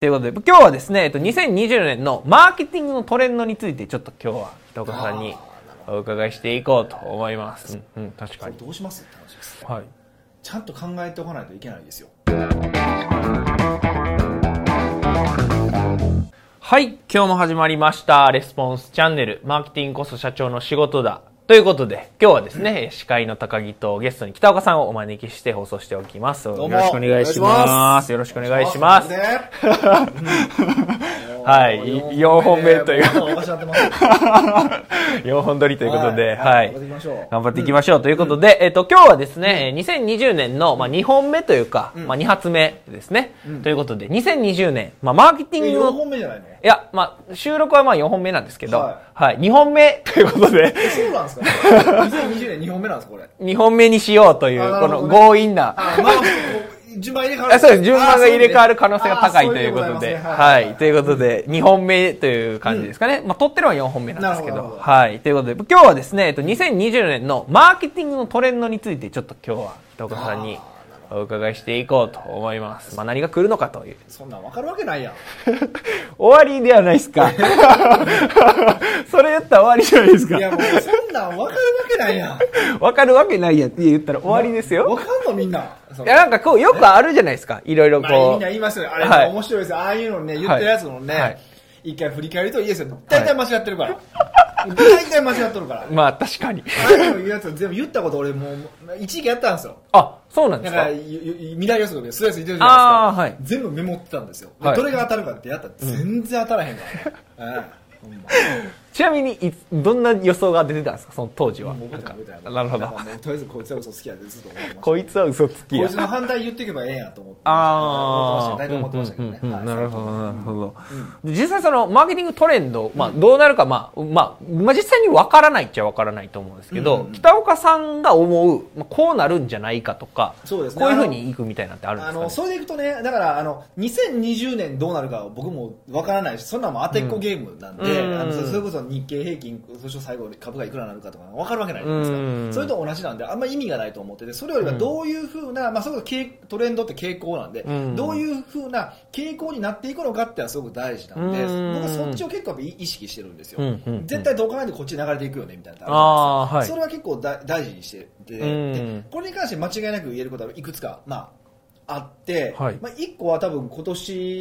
ということで、今日はですね、えっと、2020年のマーケティングのトレンドについて、ちょっと今日は、北岡さんにお伺いしていこうと思います。うん、うん、確こかれに。どうしますって話ですはい。ちゃんと考えておかないといけないですよはい、今日も始まりました、レスポンスチャンネル、マーケティングこそ社長の仕事だ。ということで、今日はですね、司会の高木とゲストに北岡さんをお招きして放送しておきます。ようもろしくお願いします。よろしくお願いします。ではい四本目というもおかしなってます4本撮りということで、はい。頑張っていきましょう頑張っていきましょうということで、えっと、今日はですね、えー2020年の、まあ、2本目というか、まあ、2発目ですね。ということで、2020年、まあ、マーケティンえグ4の、本目じゃないのいや、まあ、収録はまあ4本目なんですけど、は、はい2本目ということ で、そうなんですか ?2020 年二本目なんですかこれ。 2本目にしようという、あなこるほどのね強引な、あ、まあ、こう順番入れ替わある。そうです。順番が入れ替わるあ可能性が高いというこあとそうでで。ござますねははいい。ということで、2本目という感じですかね。まあ、撮ってるのは4本目なんですけなどるほ。どはい。ということで、今日はですね、えっと、2020年のマーケティングのトレンドについて、ちょっと今日は、北岡さんにお伺いしていこうと思います。まあ、何が来るのかという。そんなん分かるわけないやん。終わりではないです か。それ言ったら終わりじゃないですいや、か。もうそんなん分かるわけないやん。わかるわけないやんって言ったら終わりですよ。分かんのみんな。そいうや、なんかこう、よくあるじゃないですか。いろいろまあ、みこんなう。言いますよね。あれ、はい面白いですよ。ああいうのね、言ってるやつのね、はい一回振り返るといいですよ。大体間違ってるから。大体間違ってるから。まあ、確かに。ああいうの言うやつ全部言ったこと俺もう、一時期やったんですよ。あ、そうなんでだすからか。ゆゆ未来予測でスライスいてるじゃあーなはいいですか、全部メモってたんですよ、ではいどれが当たるかってやったら全然当たら へんから、ねうんほんまちなみにいつどんな予想が出てたんですかその当時はもうな覚えんてかない覚えていなるほなんどかもうとりあえずこいつは嘘つきやでずっと思ってましたこいつは嘘つきこやいつの反対言っていけばええんやと思ってああ大体思ってましたけどね、はいなるほどなるほど、で実際そのマーケティングトレンド、まあ、どうなるか、まあまあ、まあ実際に分からないっちゃ分からないと思うんですけど、うんうんうん北岡さんが思う、まあ、こうなるんじゃないかとかそうですねこういうふうにいくみたいなのってあるんあですか、のね、それでいくとね、だからあの2020年どうなるかは僕もわからないし、そんなのも当てっこゲームなんで、うんあのうんそれこそ日経平均、そして最後、株がいくらになるかとかわかるわけないじゃないですか、うんそれと同じなんで、あんま意味がないと思ってて、それよりはどういうふうな、まあ、それこそ傾トレンドって傾向なんで、うんどういうふうな傾向になっていくのかってのはすごく大事なんで、うん僕はそっちを結構やっぱ意識してるんですよ、うんうんうん絶対どう考えてもこっちに流れていくよねみたいなのってるじゃないですかあーはいそれは結構だ大事にしてて、うんでこれに関して間違いなく言えることはいくつか、まあ、あって、はいまあ、1個は多分今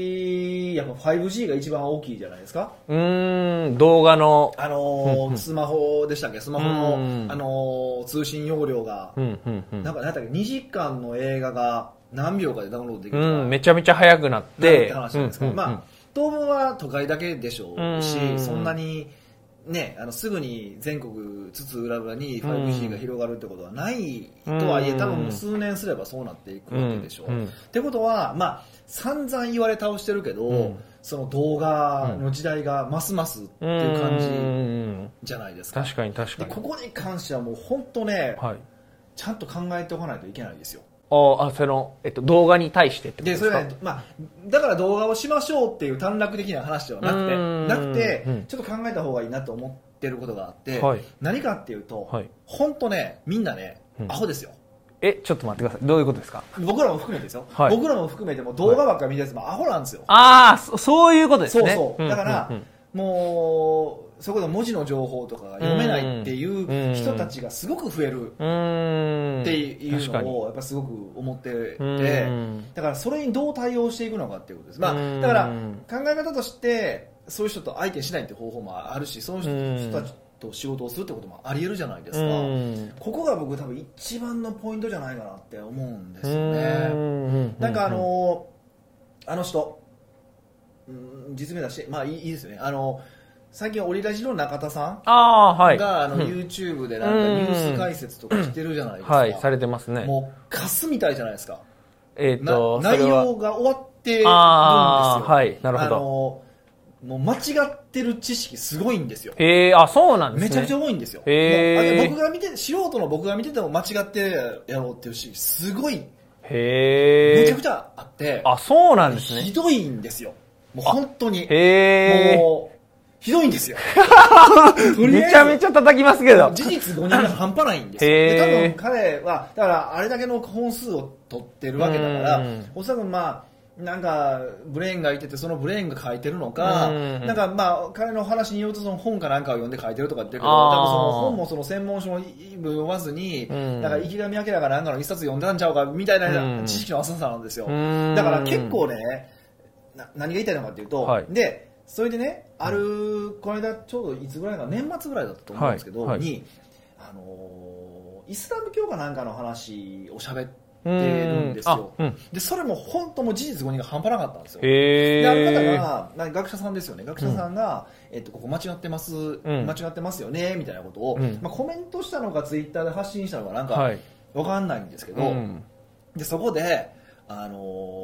年やっぱ 5G が一番大きいじゃないですか、うーん動画のあのースマホでしたっけスマホの、うんあのー通信容量が、うんうんうんなんかなんだっけ2時間の映画が何秒かでダウンロードできるとか、うん、めちゃめちゃ速くなっなるってて話なんですけど、うんうんうんまあ、当分は都会だけでしょうし、うんそんなに、ね、あのすぐに全国津々浦々に 5G が広がるってことはないとはいえ、うん多分もう数年すればそうなっていくわけでしょう。うんうんってことは、まあ、散々言われ倒してるけど、うんその動画の時代がますますっていう感うんじうんうんじゃないですか。確かに確かでにここに関してはもう本当ね、はいちゃんと考えておかないといけないですよ。ああ、その、えっと、動画に対してってことでですそかれは、まあ、だから動画をしましょうっていう短絡的な話ではなくうーんてなくて、うんちょっと考えた方がいいなと思ってることがあって、はい何かっていうと、はい本当ねみんなね、うんアホですよえ、ちょっと待ってください。どういうことですか僕らも含めてですよ、はい僕らも含めても動画ばっか見てるやつもアホなんですよ、ああ、そそういうことですね。そうそうだからうんうんうんもうそれこそ文字の情報とかが読めないっていう人たちがすごく増えるうーん。っていう確かにのをやっぱすごく思ってて、うんだからそれにどう対応していくのかっていうことです、まうんあ、だから考え方としてそういう人と相手しないって方法もあるしそういう人たちと仕事をするってこともありえるじゃないですか、うんここが僕多分一番のポイントじゃないかなって思うんですうよね、ん。なんかあのあの人、うん、実名だしまあいいいいですよねあの最近オリラジの中田さんああー、はい。があのうん YouTube でなんかニュース解説とかしてるじゃないですか、はい、されてますね。もうカスみたいじゃないですかえっなと、そ内れは容が終わってるんですよ。あーはいなるほどあのもう間違ってる知識すごいんですよ。えー、あ、そうなんですめね。ちゃくちゃ多いんですよ。へーもうあれ僕が見て、素人の僕が見てても間違ってやろうっていうし、すごい、へえ。めちゃくちゃあって、あ、そうなんですひね。どいんですよ。もう本当に。へえ。もう、ひどいんで すよ。とりあめえずちゃめちゃ叩きますけど。事実5人が半端ないんですよ。へーで多分彼は、だからあれだけの本数を取ってるわけだからうん、おそらくまあ、なんかブレーンがいててそのブレーンが書いてるのか、うんなんかまあ彼の話によるとその本かなんかを読んで書いてるとか言ってるけどあー多分その本もその専門書も一部読まずに、うんなんか池上彰がなんかの一冊読んでたんちゃうかみたいうんな知識の浅さなんですよ、うんだから結構ねな何が言いたいのかっていうと、はいでそれでねあるこの間ちょうどいつぐらいか年末ぐらいだったと思うんですけど、はいはいにあのーイスラム教かなんかの話を喋ってうるんですよ、あうんでそれも本当もう事実誤認が半端なかったんですよ。へである方え。がなんか学者さんですよね学者さんが、えっと、ここ間違ってます、ん間違ってますよねみたいなことを、うんまあ、コメントしたのかツイッターで発信したのかなんはかい。わかんないんですけど、うんでそこで、あ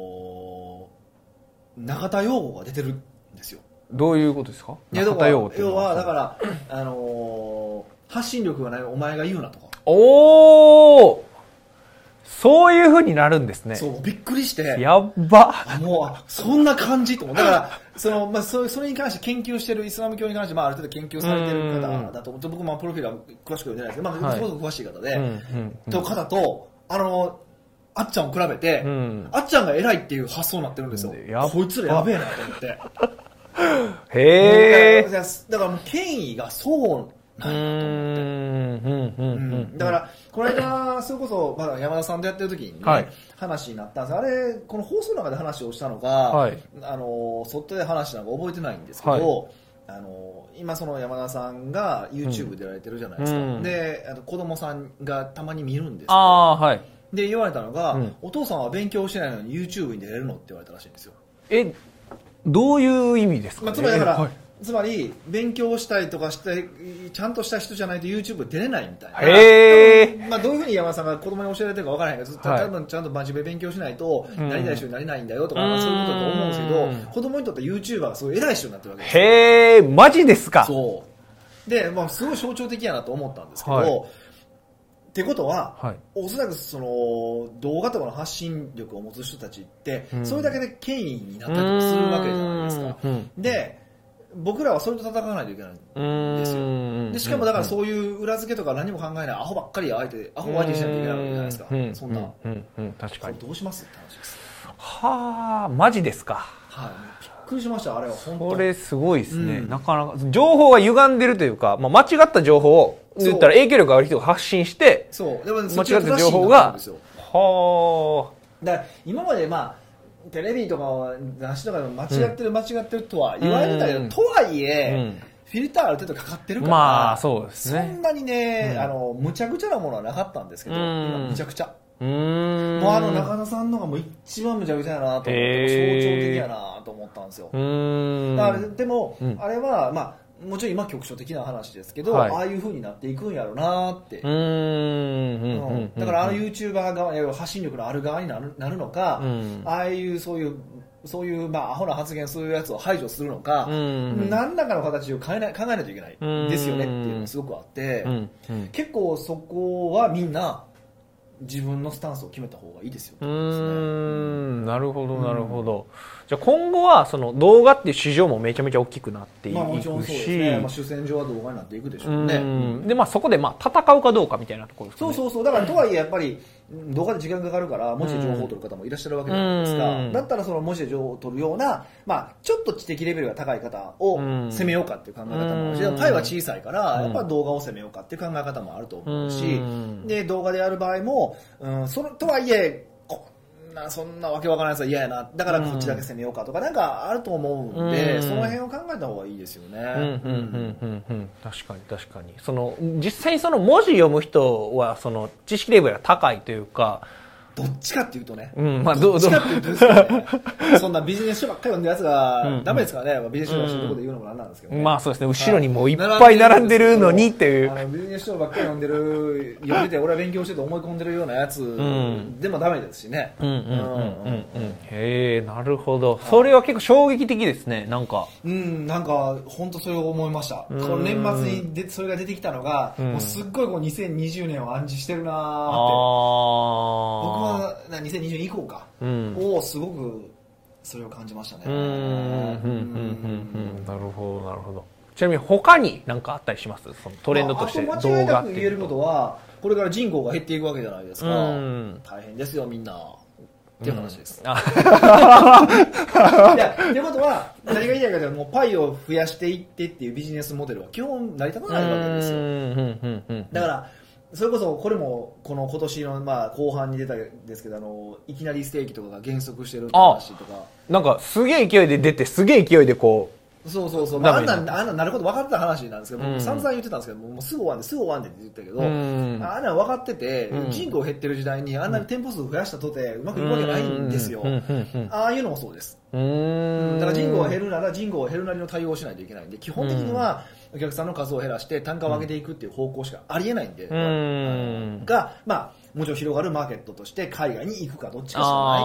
のー永田陽子が出てるんですよ。どういうことですかいやだか中ら田洋っていう要のははだから、あのー発信力がないお前が言うなとか、おおそういう風になるんですね。そうびっくりして。やっば。あもうあ、そんな感じと思う。だから、その、まあ、そそれに関して研究してる、イスラム教に関して、まあ、ある程度研究されてる方だと思って、僕、まあ、プロフィールは詳しくは読んでないですけど、まあ、はいすごく詳しい方うで、んうんうんという方と、あの、あっちゃんを比べて、うんあっちゃんが偉いっていう発想になってるんですよ。やっばこいつらやべえなと思って。へえ。だからだからもう、権威がそううなんやと思っんうんうてんううんん。だから、この間、それこそ、まだ山田さんとやってる時に、ねはい話になったんですあれ、この放送の中で話をしたのか、はいあの、そっとで話したのか覚えてないんですけど、はあの今、その山田さんが YouTube でやられてるじゃないですか、うんであの子供さんがたまに見るんですあよあ、はい。で言われたのが、うんお父さんは勉強してないのに YouTube に出れるのって言われたらしいんですよ、え、どういう意味ですか、まあ、つまりだから、はいつまり勉強したりとかしてちゃんとした人じゃないと YouTube 出れないみたいな、へーまあ、どういうふうに山田さんが子供に教えられてるかわからないけど、はい多分ちゃんと真面目に勉強しないと、うんなりたい人になれないんだよとか、まあそういうことだと思うんですけうんど子供にとっては YouTuber がすごい偉い人になってるわけですよへえ、マジですかそうで、まあ、すごい象徴的やなと思ったんですけど、はいってことは、はい。おそらくその動画とかの発信力を持つ人たちって、うんそれだけで権威になったりとかするわけじゃないですか。うんで僕らはそれと戦わないといけないうん。ですよよでしかもだからそういう裏付けとか何も考えないアホばっかり相手アホ相手にしなきゃいけないわけじゃないですかうんそんなうんうんうん確かにそうどうしますって話ですはあマジですかはいびっくりしましたあれは本当これすごいですね、うんなかなか情報が歪んでるというか、まあ、間違った情報をそう言ったら影響力がある人が発信してそうでも間違そっっちがた正し情いんだと報思うんがですよはだから今までまあテレビとか雑誌とかでも間違ってる間違ってるとは言われてたけど、うんとはいあ、うえ、ん、フィルターある程度かかってるから、まあそうですそねんなにね、うんあのむちゃくちゃなものはなかったんですけど、うん今むちゃくちゃうーんもうあの中田さんのがもう一番むちゃくちゃやなと思って、へー象徴的やなと思ったんですよう。ーんだからでも、うんあれは、まあ、もちろん今局所的な話ですけど、はいああいう風になっていくんやろうなってう。ーんううんんうんだからあの YouTuber 側、いわゆる発信力のある側になるなるのか、うんああいうそういう、そういう、まあ、アホな発言するやつを排除するのか、うん何らかの形を変えない考えないといけないうんですよねっていうのがすごくあって、うんうん結構そこはみんな自分のスタンスを決めた方がいいですよってうことですねーんなるほどなるほど、じゃあ今後はその動画っていう市場もめちゃめちゃ大きくなっていくし、まあもちろんそうですね、まあ、主戦場は動画になっていくでしょうね、うんでまあそこでまあ戦うかどうかみたいなところですかそねうそうそうだからとはいえやっぱりうん動画で時間かかるから文字で情報を取る方もいらっしゃるわけじゃないですか、うんだったらその文字で情報を取るような、まあ、ちょっと知的レベルが高い方をうん攻めようかっていう考え方もあるし、うんパイは小さいから、うんやっぱ動画を攻めようかっていう考え方もあると思うし、うんで動画でやる場合も、うん、そのとはいえこんなそんなわけわからないやつは嫌やなだからこっちだけ攻めようかとかなんかあると思うんで、うんその辺を考えた方がいいですよね。うんうんうんうんうん確かに確かにその実際にその文字読む人はその知識レベルが高いというか、どっちかっていうとね、うんまあどうどうどっちかっていうとで すよねそんなビジネス書ばっかり読んだやつうがんダメですからね、まあビジネス書が知ることで言うのもなんなんですけどね、まあそうですね後ろにもういっぱい並んでるのにっていうあのビジネス書ばっかり読んでる読んでて俺は勉強してと思い込んでるようなやつんでもダメですしね、うんうんうんうんうんうんへえなるほどそれは結構衝撃的ですねなんかうんなんか本当それを思いました、んこの年末にでそれが出てきたのが、うんもうすっごいこう2020年を暗示してるなあーってあ僕はな2020以降か、うんをすごくそれを感じましたねうーんうんうんうんううんんなるほどなるほどちなみに他に何かあったりしますそのトレンドとしてまああと間違動いな画っくて言いえうることはこれから人口が減っていくわけじゃないですかうん大変ですよみんなっていう話です。あ、いや、ということは、何が言いたいかというと、もうパイを増やしていってっていうビジネスモデルは基本成り立たないわけですよ。うんうんうんうんだから、それこそこれもこの今年のまあ後半に出たんですけどあのいきなりステーキとかが減速してるって話とかなんかすげえ勢いで出てすげえ勢いでこそうそうそう、まあ、あダんメだなんあんなんなること分かってた話なんですけど、うん散々言ってたんですけどもうすぐ終わんですぐ終わんでって言ったけど、うんあんなん分かってて、うん人口減ってる時代にあんなに店舗数増やしたとてうまくいくわけないんですよ、うんうんうんうんああいうのもそうですううーんだから人口が減るなら人口が減るなりの対応をしないといけないんで基本的にはお客さんの数を減らして単価を上げていくっていう方向しかありえないんで、んあのが、まあ、もちろん広がるマーケットとして海外に行くかどっちかしあーうかないか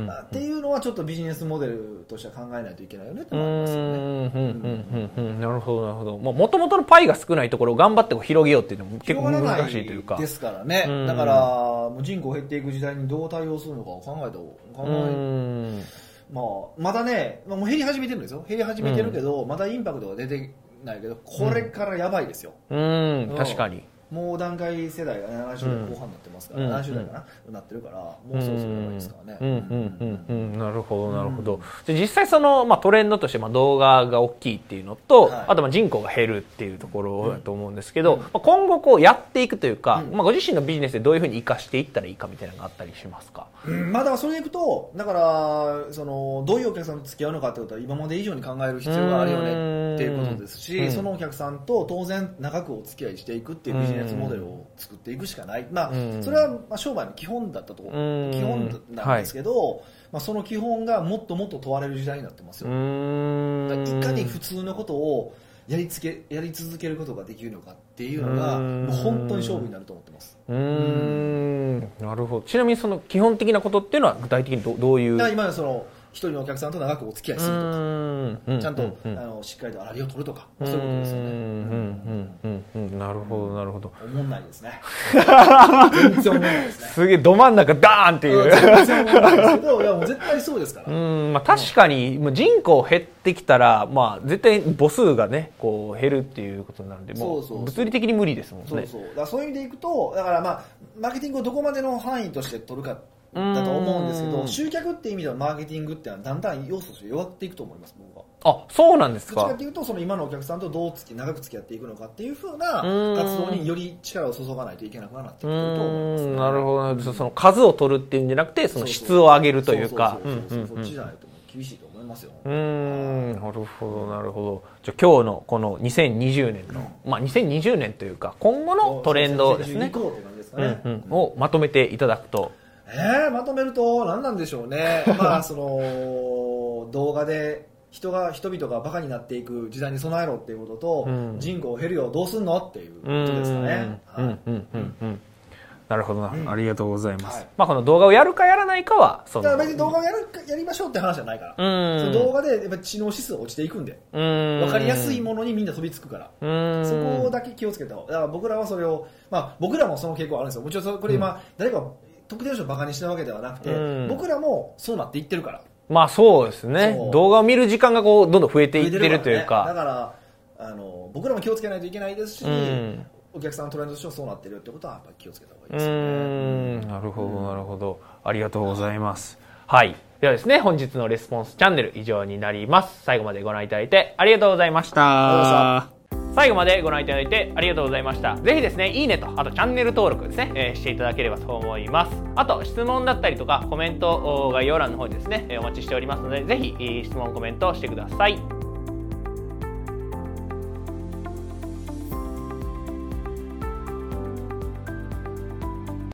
んうんら、っていうのはちょっとビジネスモデルとしては考えないといけないよねってうーのはありますよね。んうんうんうんうんなるほどなるほどもともとのパイが少ないところを頑張ってこう広げようっていうのも結構広がらな難しいというかですからね、うんだからもう人口減っていく時代にどう対応するのかを考えた方う考えーんまあ、まだね、まあ、もう減り始めてるんですよ、減り始めてるけど、まだインパクトが出てないけど、これからやばいですよ、うーん確かにもう段階世代が70代後半になってますから、うん70代かな、なってるから、もうそろそろやばいですからね。うんうんうんうん、なるほどなるほど、うんで実際その、まあ、トレンドとして、まあ、動画が大きいっていうのと、はいあとまあ人口が減るっていうところだと思うんですけど、まあ、今後こうやっていくというか、うんまあ、ご自身のビジネスでどういうふうに生かしていったらいいかみたいなのがあったりしますかうんまあだからそれでいくと、だから、その、どういうお客さんと付き合うのかってことは今まで以上に考える必要があるよねっていうことですうんし、そのお客さんと当然長くお付き合いしていくっていうビジネスモデルを作っていくしかない。まうんあ、それはまあ商売の基本だったと、基うん本なんですけど、まあその基本がもっともっと問われる時代になってますうよ。だからーんいかに普通のことをやりつけ、やり続けることができるのかっていうのが、うんもう本当に勝負になると思ってます。うーんなるほどちなみにその基本的なことっていうのは具体的にどどういうだから今のその、一人のお客さんと長くお付き合いするとか。ちゃんと、うあのしっかりと粗利を取るとか、うそういうことですよね。んうんうんうんうんなるほどなるほどおもんないで すね。全然おもんないですね。すげえど真ん中ダーンっていう全然おもんないですけど、いやもう絶対そうですかうら。んまあ、確かにもう人口減ってきたら、まあ、絶対母数がねこう減るっていうことになるんでもうそうそうそう物理的に無理ですもんねそうそう。だからそういう意味でいくと、だからまあ、マーケティングをどこまでの範囲として取るか。だと思うんですけうんど、集客っていう意味ではマーケティングっていうのはだんだん要素として弱っていくと思います、僕は。あそうなんですどっちかかっていうと、その今のお客さんとどうつき長く付き合っていくのかっていうふうなうん活動により力を注がないといけなくなってうくると思います、んね。なるほどなるほどその数を取るっていうんじゃなくてその質を上げるというかそそそううんそううんそっうんちじゃないと厳しいと思いますよ。うーんなるほどなるほどじゃあ今日のこの2020年の、まあ、2020年というか今後のトレンドです2022以ね降って感じですかうねんうん、をまとめていただくとえー、まとめると何なんでしょうね。 まあ、その、動画で人が、人々がバカになっていく時代に備えろっていうことと、うん人口減るよ、どうすんのっていうこうとですかね。んはういんうんうんなるほどな、ありがとうございます、はいまあこの動画をやるかやらないかはそだのから別に動画をやるかやりましょうって話じゃないから。うんその動画でやっぱ知能指数が落ちていくんで、分わかりやすいものにみんな飛びつくから。うんそこだけ気をつけた方がだから僕らはそれを、まあ、僕らもその傾向あるんですよ、もちろんそこれ今、誰か特定の人をバカにしてるわけではなくて、うん僕らもそうなっていってるから、まあそうですねそう動画を見る時間がこうどんどん増えていってるという増えてるらねだかからあの、僕らも気をつけないといけないですし、うんお客さんのトレンドとしてもそうなってるってことは、やっぱり気をつけた方がいいうですよね。んなるほどなるほどありがとうございますはいではですね本日のレスポンスチャンネル以上になります最後までご覧いただいてありがとうございましたあ最後までご覧いただいてありがとうございました。ぜひですね、いいねと、あとチャンネル登録ですね、えーしていただければと思います。あと、質問だったりとか、コメント、お概要欄の方にですね、えーお待ちしておりますので、ぜひ、えー質問、コメントをしてください。